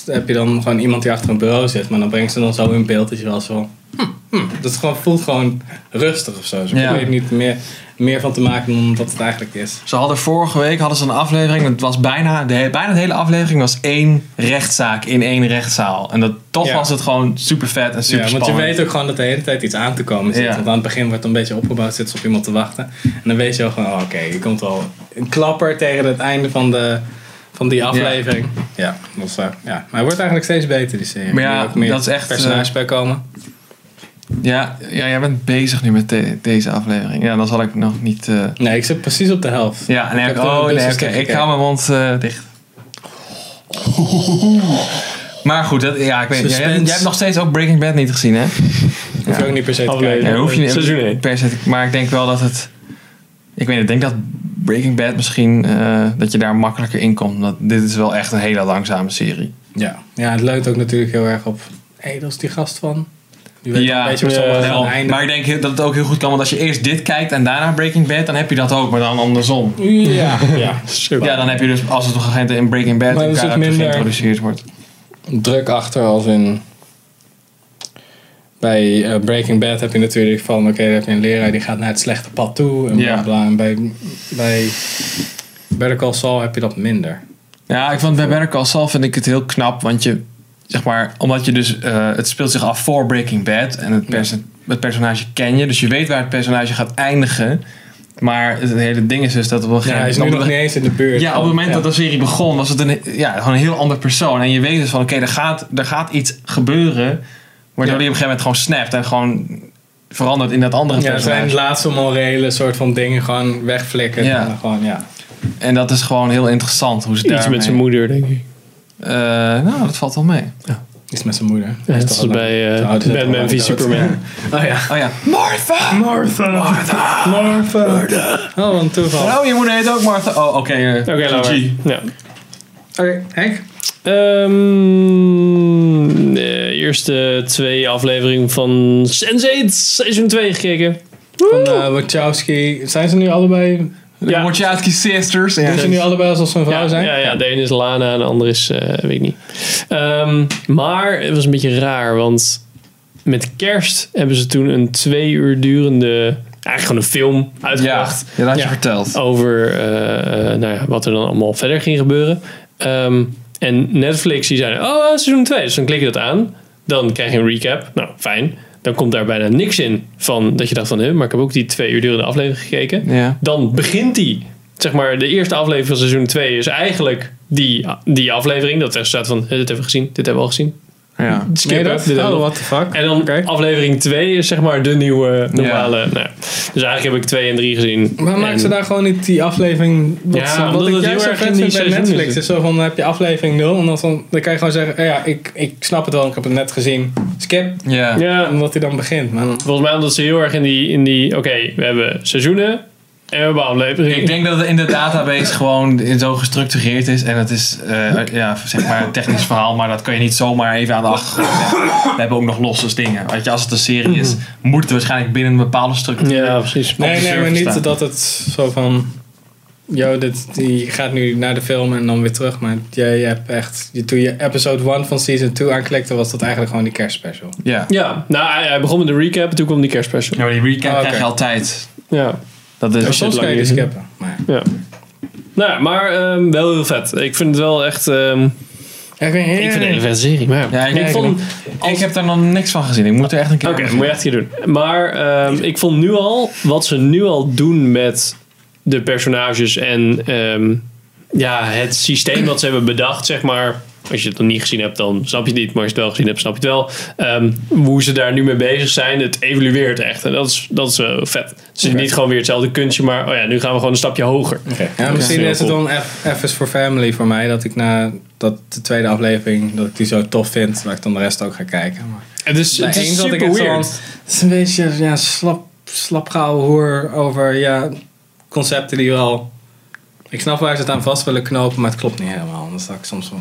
heb je dan gewoon iemand die achter een bureau zit, maar dan brengt ze dan zo in beeld dat je wel zo van, hm, hm. dat het gewoon voelt gewoon rustig of zo. Dus Ze Ja. probeert niet meer, meer van te maken dan dat het eigenlijk is. Ze hadden vorige week hadden ze een aflevering. Het was bijna de, he- bijna de hele aflevering was één rechtszaak in één rechtszaal. En dat, toch Ja. was het gewoon super vet en super ja, want je spannend. weet ook gewoon dat de hele tijd iets aan te komen zit. Ja. Want aan het begin wordt het een beetje opgebouwd, zit ze op iemand te wachten. En dan weet je al gewoon, oh, oké, je komt al een klapper tegen het einde van, de, van die aflevering. Ja, dat is, eh, ja. maar hij wordt eigenlijk steeds beter, die serie. Maar ja, Er ook meer dat is echt, eh, personages bij komen. Ja, ja, jij bent bezig nu met de- deze aflevering. Ja, dan zal ik nog niet. eh, Nee, ik zit precies op de helft. Ja, Ik nee, heb oh, toen een nee, business oké, ik gekeken. hou mijn mond eh, dicht. Maar goed, dat, ja, ik weet jij, hebt- Suspense. jij hebt nog steeds ook Breaking Bad niet gezien, hè? Hoef je ook niet per se te Aflevering. kijken. Nee, hoef je niet. Seizoen één. Per se, te- maar ik denk wel dat het... Ik weet niet, ik denk dat Breaking Bad misschien... eh, dat je daar makkelijker in komt. Dat, dit is wel echt een hele langzame serie. Ja. ja, het leunt ook natuurlijk heel erg op. Hé, dat is die gast van. Die weet al een beetje wat ja, sommigen wel. gaan eindigen. Maar ik denk he- dat het ook heel goed kan. Want als je eerst dit kijkt en daarna Breaking Bad... dan heb je dat ook, maar dan andersom. Ja, ja. Super. Ja, dan heb je dus als het op een gegeven moment in Breaking Bad... Maar een dat is ook karakter minder- geïntroduceerd wordt. druk achter als in. Bij eh, Breaking Bad heb je natuurlijk van, oké, dan heb je een leraar die gaat naar het slechte pad toe en bla Ja. bla. En bij, bij Better Call Saul heb je dat minder. Ja, ik vond bij Better Call Saul vind ik het heel knap, want je, zeg maar, omdat je dus, eh, het speelt zich af voor Breaking Bad en het, perso- het personage ken je, dus je weet waar het personage gaat eindigen. Maar het hele ding is dus dat op een Ja, gegeven hij is nu op nog niet de- eens in de buurt. ja, op het moment Ja. dat de serie begon, was het een, ja, gewoon een heel ander persoon. En je weet dus van, oké, er, gaat, er gaat iets gebeuren, waardoor Ja. hij op een gegeven moment gewoon snapt en gewoon verandert in dat andere Ja, personage. zijn laatste morele soort van dingen gewoon wegflikken. Ja. En dan gewoon, ja. En dat is gewoon heel interessant hoe ze Iets daarmee- met zijn moeder, denk ik. Eh, nou, dat valt wel mee. Is met zijn moeder. Ja, Is dat toch is al lang- bij eh, Oh, die is al Batman lang v dood. Superman. Oh ja. Oh ja. Martha! Martha! Martha! Oh, wat een toeval. Oké, Oh, je moeder heet ook Martha. Oh, oké. eh, Oké, laat maar. GG. Ja. Henk? Ehm, de eerste twee afleveringen van Sense8 seizoen 2 gekeken. Van eh, Wachowski. Zijn ze nu allebei... De Ja. Wachowski sisters. Ja. Doen ze nu allebei alsof ze een vrouw ja, zijn? Ja, ja, de ene is Lana en de andere is, eh, weet ik niet. Ehm, maar het was een beetje raar, want met kerst hebben ze toen een twee uur durende, eigenlijk gewoon een film Ja, uitgebracht. dat had je Ja. verteld. Oh. over eh, eh, nou ja, wat er dan allemaal verder ging gebeuren. Ehm, en Netflix die zeiden, oh, eh, seizoen 2. Dus dan klik je dat aan. Dan krijg je een recap. Nou, fijn. Dan komt daar bijna niks in van dat je dacht van, hè, maar ik heb ook die twee uur durende aflevering gekeken. Ja. Dan begint die, zeg maar, de eerste aflevering van seizoen 2 is eigenlijk die, die aflevering. Dat er staat van, eh, dit hebben we gezien, dit hebben we al gezien. Ja. Skip Nee, dat. dat? Dit hebben Oh, we what the fuck. en dan Oké. aflevering 2 is zeg maar de nieuwe normale. Nou, ja. dus eigenlijk heb ik 2 en 3 gezien. Maar En- maken ze daar gewoon niet die aflevering... Wat, Ja, ze- omdat wat ik het juist heel zo erg vet in vind die bij seizoenen Netflix zit. is zo van... Dan heb je aflevering 0. En dan, dan kan je gewoon zeggen... eh, Ja, ik, ik snap het wel. Ik heb het net gezien. Skip. Ja. Ja, Omdat hij dan begint. Maar dan- Volgens mij omdat ze heel erg in die, in die oké, we hebben seizoenen en we hebben afleveringen. Ik denk dat het in de database gewoon zo gestructureerd is. En het is eh, Hm? ja, zeg maar een technisch verhaal, maar dat kan je niet zomaar even aan de achtergrond leggen. We hebben ook nog losse dingen. Want je, als het een serie is, moet het waarschijnlijk binnen een bepaalde structuur. Mhm. Ja, precies. op Nee, de nee, maar server niet staan. dat het zo van... Yo, dit, die gaat nu naar de film en dan weer terug. Maar jij hebt echt... Je, toen je episode 1 van season 2 aanklikte... was dat eigenlijk gewoon die kerstspecial. Ja. Ja, nou hij, hij begon met de recap en toen kwam die kerstspecial. ja, maar die recap Oh, oké. krijg je altijd. Ah, Ja, Dat Maar is soms lang kan je die niet gezien. skippen. Maar ja. Nou ja, maar ehm, wel heel vet. Ik vind het wel echt... ehm, ja, ik, Ik vind het een hele vette serie, maar... Ja, ik- ik vond hem- Ik heb daar nog niks van gezien. Ik moet er echt een keer Oké, aan dat beginnen. moet je echt hier doen. Maar ehm, ik vond nu al wat ze nu al doen met de personages en ehm, ja, het systeem dat ze hebben bedacht, zeg maar. Als je het nog niet gezien hebt, dan snap je het niet. Maar als je het wel gezien hebt, snap je het wel. Ehm, hoe ze daar nu mee bezig zijn, het evolueert echt. En dat is, dat is eh, vet. Het is Oké. niet gewoon weer hetzelfde kunstje, maar oh ja, nu gaan we gewoon een stapje hoger. Ja, misschien Heel is het dan F, F is for Family voor mij. Dat ik na dat de tweede aflevering... dat ik die zo tof vind. Dat ik dan de rest ook ga kijken. Maar Het is, bij het één is zat super echt zo weird. van, Het is een beetje ja, slap, slapgauw hoer over ja, concepten die wel... Ik snap waar ze het aan vast willen knopen, maar het klopt niet helemaal. Dan sta ik soms van...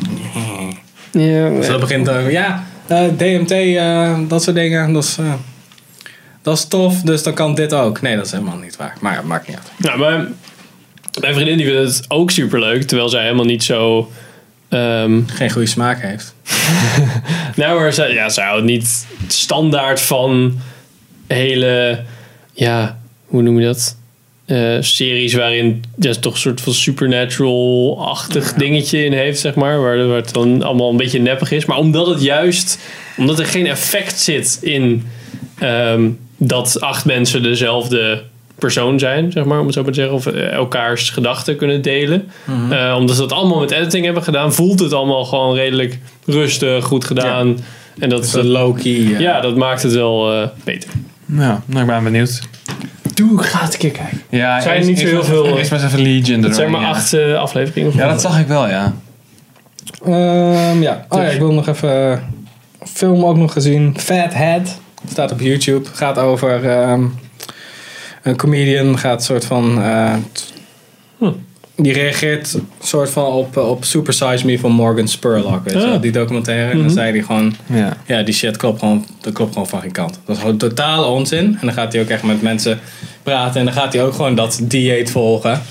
Dus dat begint over, ja, eh, DMT, eh, dat soort dingen. Dat is, eh, dat is tof, dus dan kan dit ook. Nee, dat is helemaal niet waar. Maar het maakt niet uit. Nou, maar mijn vriendin die vindt het ook super leuk, terwijl zij helemaal niet zo. ehm, Geen goede smaak heeft. nou, maar zij, ja, zij houdt niet standaard van hele, ja, hoe noem je dat? Eh, series waarin ja, toch een soort van supernatural-achtig dingetje in heeft, zeg maar. Waar, waar het dan allemaal een beetje neppig is. Maar omdat het juist, omdat er geen effect zit in ehm, dat acht mensen dezelfde persoon zijn, zeg maar, om het zo maar te zeggen, of eh, elkaars gedachten kunnen delen. Mhm. Eh, omdat ze dat allemaal met editing hebben gedaan, voelt het allemaal gewoon redelijk rustig, goed gedaan. En dat, Dus dat low-key... eh, ja, dat maakt het wel eh, beter. Ja, nou, ik ben benieuwd. Doe, ga het een keer kijken. Ja, Zijn eerst- niet zo eerst heel met- veel, Eerst met even Legion Dat zijn erdoorheen, maar ja. acht eh, afleveringen. Ja, dat zag ik wel, ja. Ehm, ja. Oh ja, Dus- ik wil nog even eh, film ook nog gezien. Fat Head. Staat op YouTube. Gaat over ehm, een comedian. Gaat soort van... eh, t- Hm. Die reageert soort van op, eh, op Super Size Me van Morgan Spurlock. Weet je Ah. wel, Die documentaire. En Mhm. dan zei hij gewoon... Ja. Ja, die shit klopt gewoon, dat klopt gewoon van geen kant. Dat is gewoon totale onzin. En dan gaat hij ook echt met mensen praten. En dan gaat hij ook gewoon dat dieet volgen.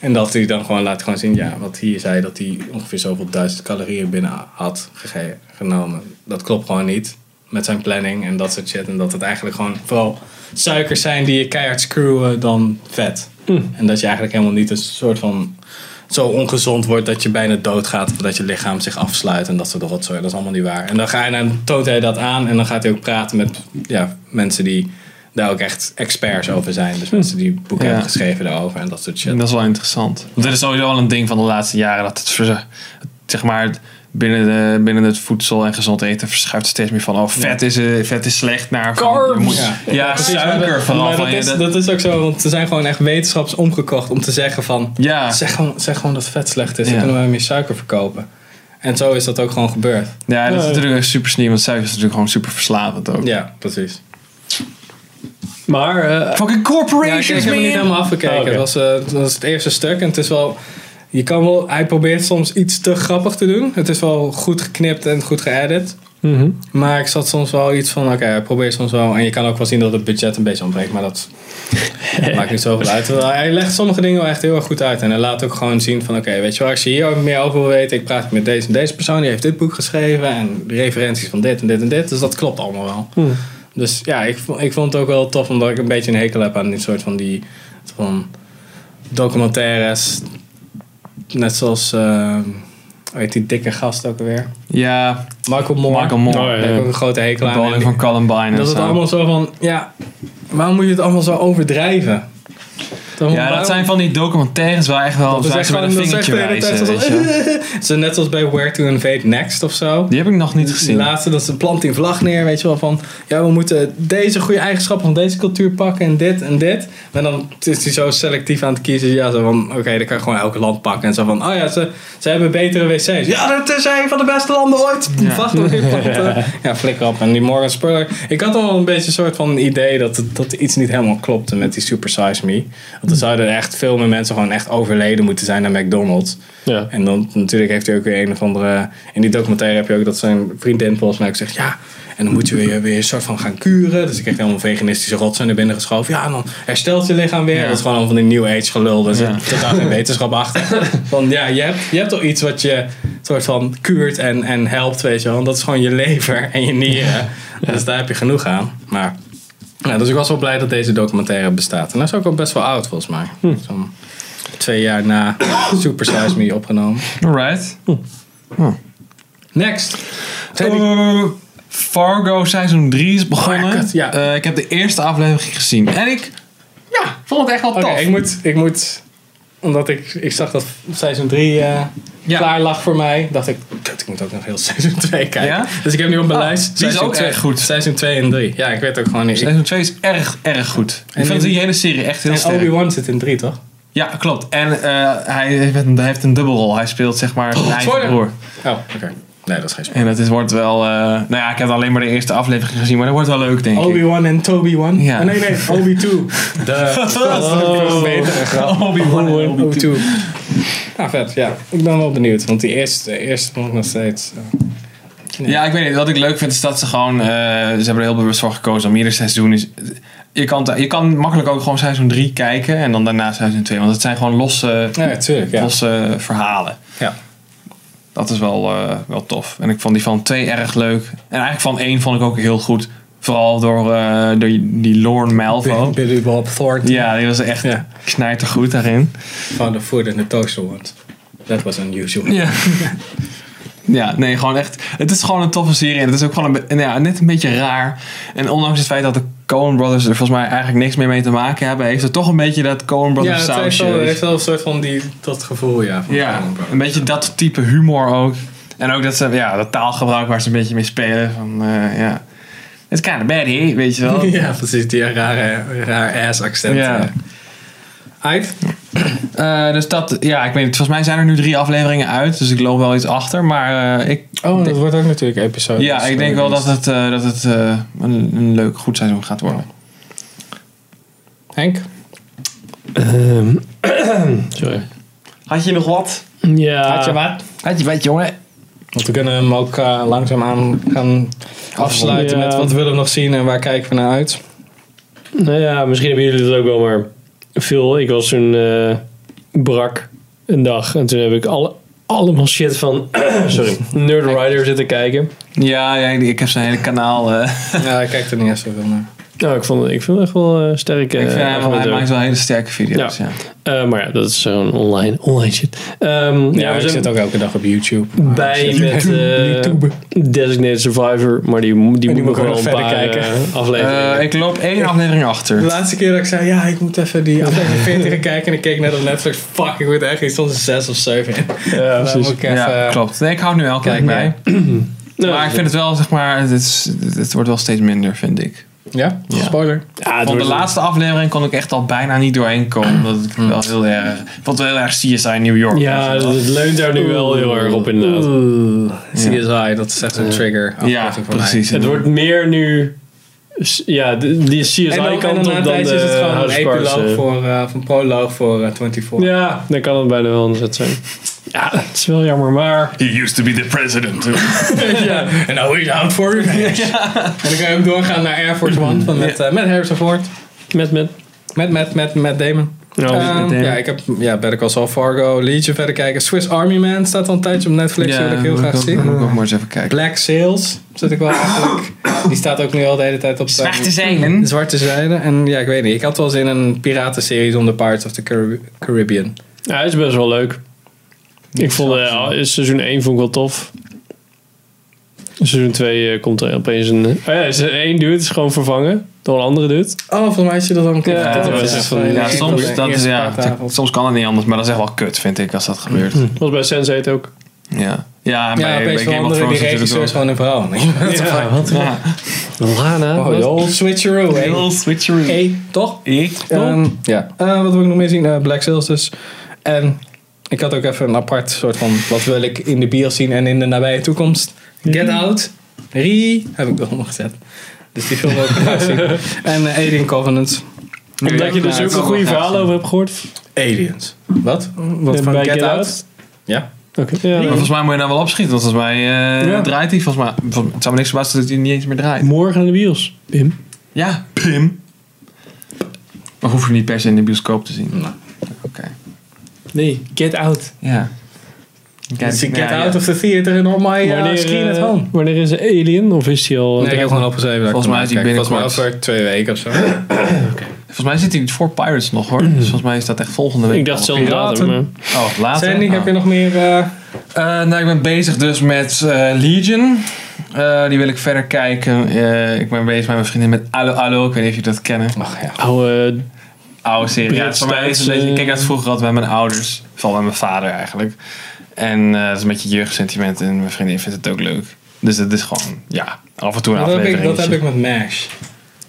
En dat hij dan gewoon laat gewoon zien, ja, wat hier zei, dat hij ongeveer zoveel duizend calorieën binnen had gege- genomen. Dat klopt gewoon niet. Met zijn planning en dat soort shit. En dat het eigenlijk gewoon vooral suikers zijn die je keihard screwen dan vet. En dat je eigenlijk helemaal niet een soort van zo ongezond wordt dat je bijna doodgaat. Of dat je lichaam zich afsluit en dat soort rotzooi. Dat is allemaal niet waar. En dan, ga je, dan toont hij dat aan en dan gaat hij ook praten met ja, mensen die daar ook echt experts over zijn. Dus mensen die boeken Hm. Ja. hebben geschreven daarover en dat soort shit. En dat is wel interessant. Want dit is sowieso al een ding van de laatste jaren. Dat het, verz- zeg maar, binnen, de, binnen het voedsel en gezond eten verschuift steeds meer van oh, vet, is, eh, vet is slecht naar van, je Carbs! moet- Ja. ja, Precies, maar suiker dat- vooral. maar van, dat, ja, is, dat- dat is ook zo, want er zijn gewoon echt wetenschappers omgekocht om te zeggen van... ja, Zeg, gewoon, zeg gewoon dat vet slecht is, Ja. dan kunnen we meer suiker verkopen. En zo is dat ook gewoon gebeurd. ja, dat is Ja. natuurlijk super sneeuw, want suiker is natuurlijk gewoon super verslavend ook. Ja, precies. Maar eh, Fucking Ja, ik, ik corporations, heb hem niet man! helemaal afgekeken. Oh, oké. dat, was, eh, dat was het eerste stuk. En het is wel... Je kan wel... Hij probeert soms iets te grappig te doen. Het is wel goed geknipt en goed geëdit. mhm. Maar ik zat soms wel iets van... Oké, hij probeert soms wel... En je kan ook wel zien dat het budget een beetje ontbreekt. Maar dat maakt niet zoveel uit. Terwijl Hij legt sommige dingen wel echt heel erg goed uit. En hij laat ook gewoon zien van... Oké, weet je wel, als je hier ook meer over wil weten... Ik praat met deze en deze persoon. Die heeft dit boek geschreven. En de referenties van dit en dit en dit. Dus dat klopt allemaal wel. Hm. Dus ja, ik, vo- ik vond het ook wel tof omdat ik een beetje een hekel heb aan dit soort van die van documentaires. Net zoals, eh hoe heet die dikke gast ook alweer? Ja, Michael Moore. Michael Moore. Oh, ja. Daar heb ik ook een grote hekel De aan. En behandeling Eh, van Columbine en dat het zo. allemaal zo van, ja, waarom moet je het allemaal zo overdrijven? Dan Ja, waarom- dat zijn van die documentaires waar echt wel dat is waar echt ze met gewoon, een dat is echt vingertje de hele tijd wijzen. weet je. zo- Zo net als bij Where to Invade Next of zo. Die heb ik nog niet gezien. De laatste, dat ze plant die vlag neer, weet je wel, van... Ja, we moeten deze goede eigenschappen van deze cultuur pakken en dit en dit. En dan is hij zo selectief aan het kiezen. Ja, zo van, oké, dan kan je gewoon elk land pakken. En zo van, oh ja, ze, ze hebben betere wc's. Ja, dat is een van de beste landen ooit. Ja. Vlag nog in planten. Ja, flikker op. En die Morgan Spurlock. Ik had al wel een beetje een soort van idee dat, het- dat iets niet helemaal klopte met die Super Size Me. Want er zouden echt veel meer mensen gewoon echt overleden moeten zijn naar McDonald's. ja. En dan natuurlijk heeft hij ook weer een of andere. In die documentaire heb je ook dat zijn vriendin volgens mij ook zegt: Ja, en dan moet je weer, weer een soort van gaan kuren. Dus ik kreeg helemaal veganistische rotzooi naar binnen geschoven. Ja, en dan herstelt je lichaam weer. Ja. Dat is gewoon allemaal van die New Age gelul. Daar zit Ja. totaal geen wetenschap achter. Van ja, je hebt, je hebt al iets wat je soort van kuurt en, en helpt, weet je wel. En dat is gewoon je lever en je nieren. Dus daar heb je genoeg aan. Maar. Ja, dus ik was wel blij dat deze documentaire bestaat. En dat is ook al best wel oud volgens mij. Hm. Zo'n twee jaar na Super Size Me opgenomen. Alright. Next. Zijn die- Eh, Fargo seizoen 3 is begonnen. Oh ja, kut, ja. Eh, ik heb de eerste aflevering gezien. En ik Oh, ja, vond het echt wel Oké, tof. ik, moet, ik moet... Omdat ik, ik zag dat seizoen 3 Ja. klaar lag voor mij. Dacht ik, kut, ik moet ook nog heel seizoen 2 kijken. Ja? Dus ik heb nu op mijn Oh, lijst die is seizoen ook twee- erg goed. Seizoen 2 en 3. Ja, ik weet ook gewoon niet. Ik- Seizoen 2 is erg, erg goed. En ik vind in- die hele serie echt heel En sterk. Obi-Wan zit in 3, toch? Ja, klopt. En eh, hij, heeft een, hij heeft een dubbelrol. Hij speelt zeg maar zijn eigen spoiler. broer. Oh, oké. Nee, dat is geen spoiler. En dat is, wordt wel... eh, nou ja, ik heb alleen maar de eerste aflevering gezien. Maar dat wordt wel leuk, denk ik. Obi-Wan en Toby-Wan? Ja. Oh, nee, nee, Obi-2. De... Oh. Obi-Wan en Obi-Wan. Obi-2. Nou, vet, ja. Ik ben wel benieuwd, want die eerste, eerste vond ik nog steeds... eh, Ja, ik weet niet. Wat ik leuk vind is dat ze gewoon... eh, ze hebben er heel bewust voor gekozen om ieder seizoen... Is, je, kan, je kan makkelijk ook gewoon seizoen 3 kijken. En dan daarna seizoen 2. Want het zijn gewoon losse, ja, tuurlijk, ja. losse verhalen. Ja. Dat is wel, eh, wel tof. En ik vond die van 2 erg leuk. En eigenlijk van 1 vond ik ook heel goed. Vooral door, eh, door die Lorne Malvo. Billy Bob Thornton. Ja, die was echt Ja. knijtergoed daarin. Found the food in the toaster once. That was unusual. Ja. Ja, nee, gewoon echt. Het is gewoon een toffe serie. En het is ook gewoon een, be- en ja, net een beetje raar. En ondanks het feit dat de Coen Brothers er volgens mij eigenlijk niks meer mee te maken hebben, heeft het toch een beetje dat Coen Ja, Brothers het heeft sausje. wel, weet heeft je. wel een soort van die, dat gevoel, ja. Van Ja, Coen een Brothers. beetje dat type humor ook. En ook dat ze, ja, dat taalgebruik waar ze een beetje mee spelen. Van, eh, ja. It's kind of bad, hè? Weet je wel. Ja, precies, die rare, raar ass accent. Ja. eh. Uit? Eh, dus dat, ja, ik weet niet. Volgens mij zijn er nu drie afleveringen uit. Dus ik loop wel iets achter. Maar eh, ik Oh, dat wordt ook natuurlijk episode. Dus Ja, ik denk wel dat het, eh, dat het eh, een, een leuk, goed seizoen gaat worden. Henk? Ehm, sorry. Had je nog wat? Ja. wat? Had je wat, jongen? Want we kunnen hem ook eh, langzaamaan gaan afsluiten Ja. met wat willen we nog zien en waar kijken we naar uit. Nou ja, misschien hebben jullie dat ook wel, maar veel. Ik was toen eh, brak een dag en toen heb ik alle, allemaal shit van sorry, Nerd Rider zitten kijken. Ja, ja, ik heb zijn hele kanaal. eh, ja, ik kijk er niet echt zoveel naar. Nou, ik vond, het- ik vind het echt wel eh, sterk. eh, ik vind hij, wel- hij argumenten. maakt wel hele sterke video's. Ja. Eh, maar ja, dat is zo'n online, online shit. Ehm, ja, we ik zijn zit ook elke dag op YouTube. bij met eh, Designated Survivor, maar die, die, moet moet nog ik ook wel nog een verder paar kijken. eh, afleveringen. Eh, ik loop één aflevering achter. De laatste keer dat ik zei, ja, ik moet even die aflevering 40 gaan kijken. En ik keek net op Netflix. Fuck, ik moet echt iets van 6 of 7 in. ja, Dan moet precies. ik even... Ja, nou, klopt. Nee, ik hou nu elke kijk bij. Nou, Maar ik vind het wel, zeg maar, het, is, het wordt wel steeds minder, vind ik. Ja? Ja. spoiler. ja, het Van de wordt- laatste aflevering kon ik echt al bijna niet doorheen komen. Omdat ik wel heel erg. Ik vond het wel heel erg CSI New York. Ja, Weet je dus wel. het leunt daar nu wel heel erg op inderdaad. Oeh, CSI, dat is echt een trigger. ja afkorting voor mij. precies. Het wordt meer nu... s- Ja, de- die En dan, en dan CSI-kant na een op dan tijdje is het de gewoon een House Parts, epiloog eh. voor, eh, van proloog voor eh, 24. Ja, dan kan het bijna wel anderzet zijn. Ja, het is wel jammer, maar... He used to be the president. En nou is out for revenge. En dan kan je ook doorgaan naar Air Force One van met, eh, met Harrison Ford. Met, met... Met, met, met, met Damon. Nou, Ehm, ja, ik heb ja, Better Call Saul, Fargo, Legion verder kijken. Swiss Army Man staat al een tijdje op Netflix, die wil ik heel moet graag ook- Moet zien. ik ook maar eens even kijken. Black Sails zit ik wel eigenlijk. Die staat ook nu al de hele tijd op eh, de zijnen. zwarte zijde. En ja, ik weet niet. Ik had wel zin in een piratenserie onder Pirates of the Carib- Caribbean. Ja, het is best wel leuk. Ik vond eh, al- seizoen 1 vond ik wel tof. Seizoen 2 komt er opeens een... Oh ja, seizoen 1 dude is gewoon vervangen door een andere dude. Oh, volgens mij is je dat dan een keer Ja, verteld. dat was Ja, echt van- van- Ja, van- soms, van- dat is, eerste ja, praatavond. soms kan het niet anders, maar dat is echt wel kut, vind ik, als dat gebeurt. Was bij Sense8 ook. Ja, ja, en Ja, bij, bij opeens Game of veranderen die Thrones natuurlijk regisseurs wel. gewoon een vrouw. Ja, wat? Ja. Lana. Oh, de old switcheroo. hè. switcheroo. Hey, toch? Ik? Ehm, ja. Eh, wat wil ik nog meer zien? Eh, Black Sails dus. En ik had ook even een apart soort van... Wat wil ik in de bios zien en in de nabije toekomst? Get Out. Rie. Heb ik eronder gezet. Dus die film wil ik graag zien. En eh, Alien Covenant. Omdat je Ja, dus dat ook zou een ik goede wel graag verhaal zien. over hebt gehoord. Aliens. Wat? Wat eh, van bij Get, Out? Ja. Oké. ja. Maar volgens mij moet je nou wel opschieten, want volgens mij eh, Ja. draait hij. Volgens mij, volgens- het zou me niks verbazen dat hij niet eens meer draait. Morgen in de bios. Pim. Ja, Pim. Maar hoef je niet per se in de bioscoop te zien. Oké. Nee, Get Out. Ja. Kijk, Is die Get nou ja, Out of the Theater in all my uh, screen at eh, home? wanneer is een Alien? Of is hij al... Nee, ik heb gewoon opgeschreven. dat ik Volgens mij is die hem kijk. binnenkort. Volgens mij over twee weken of zo. Ja, Volgens mij zit hij voor Pirates nog hoor. Dus volgens mij is dat echt volgende week. Ik dacht al. zelfs later, Piraten. maar... Oh, later. Sandy, Oh. heb je nog meer... eh, Eh, nou, ik ben bezig dus met eh, Legion. Eh, die wil ik verder kijken. Eh, ik ben bezig met mijn vriendin met Allo Allo. Ik weet niet of jullie dat kennen. Ach ja. Oude... oude serie. Ja, het is voor mij is het een beetje, ik kijk eh. dat vroeger altijd met mijn ouders. Vooral met mijn vader eigenlijk. En eh, dat is een beetje jeugdsentiment. En mijn vriendin vindt het ook leuk. Dus het is gewoon, ja, af en toe een Dat heb, ik, aflevering. dat heb ik met MASH.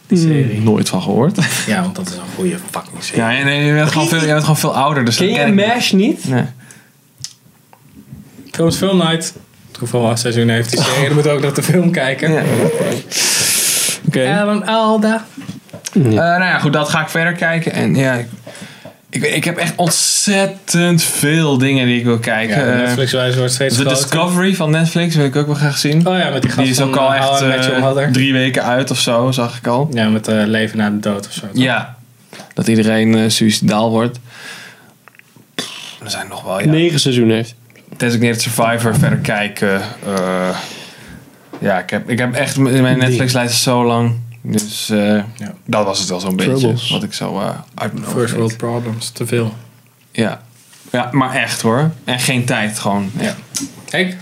Die serie. nooit van gehoord. Ja, want dat is een goede fucking serie. Ja, nee, je, bent gewoon veel, je bent gewoon veel ouder. Dus dat ken ik niet. niet? Nee. Trouwens, Film Night. Hoeveel seizoen heeft die serie? Dan moet ook nog de film kijken. Ja. Oké. Alan Alda. Eh, nou ja, goed, dat ga ik verder kijken. En ja, ik, ik, ik heb echt ontzettend veel dingen die ik wil kijken. Eh, Netflix wijs wordt steeds de groter. Discovery van Netflix wil ik ook wel graag zien. Oh ja, met die gast die is van, ook al eh, How echt I Met Your eh, Mother. drie weken uit of zo, zag ik al. Ja, met eh, Leven na de Dood of zo. toch? Ja. Dat iedereen eh, suicidaal wordt. Er zijn nog wel, ja. Negen seizoenen heeft. Designated Survivor, verder kijken. eh, ja, ik heb, ik heb echt... m- Mijn Netflix-lijst is zo lang. Dus eh, Ja. dat was het wel zo'n beetje. Troubles. Wat ik zo eh uit mijn hoofd First weet. World Problems. Te veel. Ja. ja, maar echt hoor. En geen tijd gewoon. Ja. Kijk.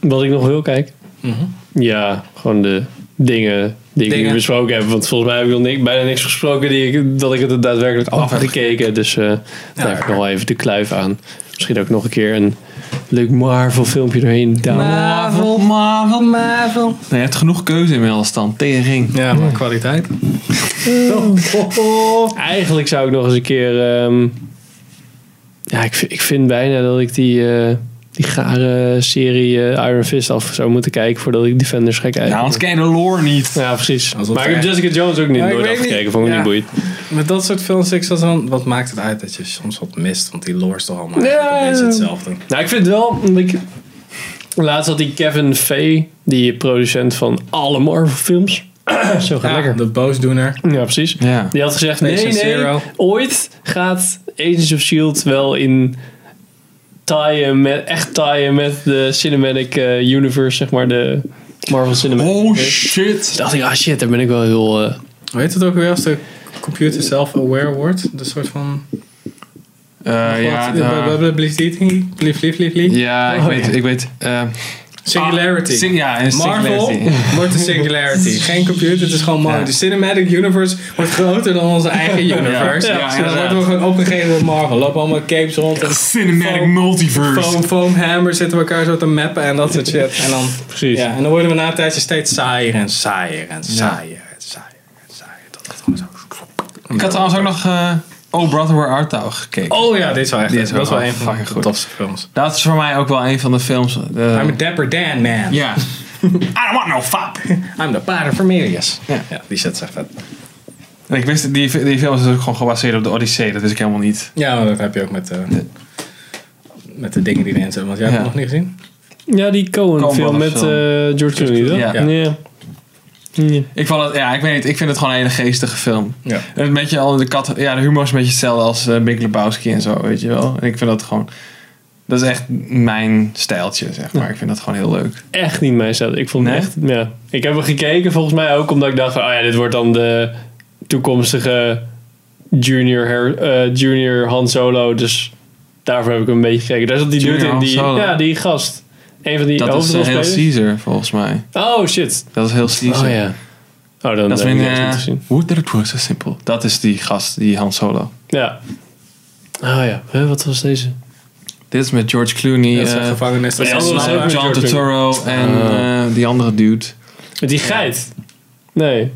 Wat ik nog wil kijken. Mhm. Ja, gewoon de dingen die ik nu Dingen. besproken heb. Want volgens mij heb ik nog ni- bijna niks gesproken die ik, dat ik het daadwerkelijk af heb heb. gekeken. Dus eh daar heb ik nog wel even de kluif aan. Misschien ook nog een keer een leuk Marvel filmpje erheen Nou, downloaden. Marvel, Marvel. Marvel. Nee, je hebt genoeg keuze inmiddels dan. Tering. Ja, maar kwaliteit. Eigenlijk zou ik nog eens een keer... ehm, ja, ik, vind- ik vind bijna dat ik die, eh, die gare serie eh, Iron Fist af zou moeten kijken voordat ik Defenders ga kijken. Ja, anders ken je de lore niet. Ja, precies. Nou, Als dat Maar ik heb echt- Jessica Jones ook niet Maar ik nooit weet niet. afgekeken. Vond ik Ja. niet boeiend. Met dat soort films, ik zat van, wat maakt het uit dat je soms wat mist? Want die lore is toch allemaal Ja, eigenlijk een beetje ja. hetzelfde. Nou, ik vind het wel... omdat Ik, laatst had die Kevin Feige, die producent van alle Marvel films. Zo gaat Ja, lekker. De boosdoener. Ja, precies. Ja. Die had gezegd, nee, Station nee, Zero. ooit gaat Agents of S.H.I.E.L.D. E wel in taaien met, echt taaien met de cinematic eh, universe, zeg maar, de, Marvel Cinematic Oh Universe. shit. Toen dacht ik, ah shit, daar ben ik wel heel... eh, Hoe heet het ook weer als de computer self-aware wordt? De soort van... Eh, ja, de- Blablabla. ja, ik Oh, weet, ja. ik weet. eh, Singularity. ah, sing- ja, een Marvel singularity. wordt de singularity. Geen computer, het is gewoon Marvel. Ja. De cinematic universe wordt groter dan onze eigen universe. Ja, ja, Dus dan inderdaad. worden we gewoon opgegeven door Marvel. Lopen allemaal capes rond. En Cinematic Foam- multiverse. foam, foam hammer zitten we elkaar zo te mappen en dat soort shit. En dan, Precies. ja, en dan worden we na een tijdje steeds saaier en saaier en saaier en saaier en saaier. Dat het gewoon zo... Ik had trouwens ook nog eh, Oh Brother Where Art Thou gekeken. Oh ja, dit is wel echt Dit is dat is wel wel een van de fucking goed. tofste films. Dat is voor mij ook wel een van de films. eh, I'm a Dapper Dan man. Ja. I don't want no fuck. I'm the Pater Vermelius. Ja. die zit echt vet. En ik wist, die, die film is dus ook gewoon gebaseerd op de Odyssee. Dat wist ik helemaal niet. Ja, maar dat heb je ook met, eh, met de dingen die erin zitten. Want jij hebt Ja. het nog niet gezien? Ja, die Cohen film Coen-film. met eh, George Clooney, toch? Ja. Ja. ja. Ja. Ik, vond het, ja, ik weet niet. Ik vind het gewoon een hele geestige film. Ja. En Een beetje al de kat. Ja, de humor is een beetje hetzelfde als eh, Big Lebowski en zo, weet je wel. En ik vind dat gewoon. Dat is echt mijn stijltje, zeg maar. Ik vind dat gewoon heel leuk. Echt niet mijn stijl. Ik vond hem Nee? echt... Ja. Ik heb hem gekeken volgens mij ook omdat ik dacht van... Oh ja, dit wordt dan de toekomstige junior, Her- eh, junior Han Solo. Dus daarvoor heb ik hem een beetje gekeken. Daar zat die Junior dude in. Han Die, Solo. ja, die gast. Een van die Dat is eh, heel hoofdrolspelers. Caesar, volgens mij. Oh shit. Dat is heel Caesar. Oh ja. Oh, dan Dat is heb mijn. ik die echt eh, niet gezien. Hoe did it work so simple? Dat is die gast, die Han Solo. Ja. Oh ja. Huh, wat was deze? Dit is met George Clooney, dat is Oh, een eh, gevangenis. ja, dat is ook John George Turturro en Ah. eh, die andere dude. Met die geit. Nee.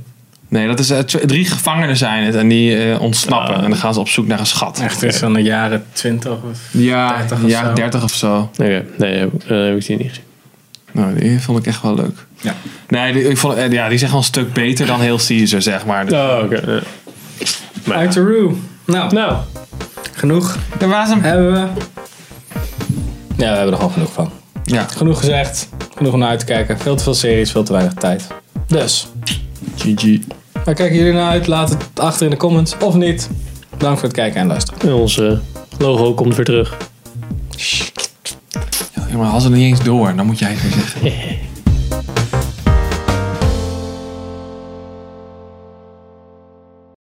Nee, dat is eh, tw- drie gevangenen zijn het en die eh, ontsnappen. Ah. En dan gaan ze op zoek naar een schat. Echt is van de jaren 20 of Ja, 30 of ja zo. 30 of zo. Oké. Nee, dan heb ik die niet gezien. Nou, die vond ik echt wel leuk. Ja. Nee, die, ik vond, eh, ja, die is echt wel een stuk beter dan heel Caesar, zeg maar. Dus- Oh, oké. ja. Maar ja. Uit de Roo. Nou, Nou, genoeg Er was hem. hebben we. Ja, we hebben er gewoon genoeg van. Ja. Genoeg gezegd, genoeg om naar uit te kijken. Veel te veel series, veel te weinig tijd. Dus, GG. waar kijken jullie naar uit? Laat het achter in de comments of niet. Bedankt voor het kijken en luisteren. en ons eh, logo komt weer terug. Ja, maar had ze niet eens door, dan moet jij het weer zeggen.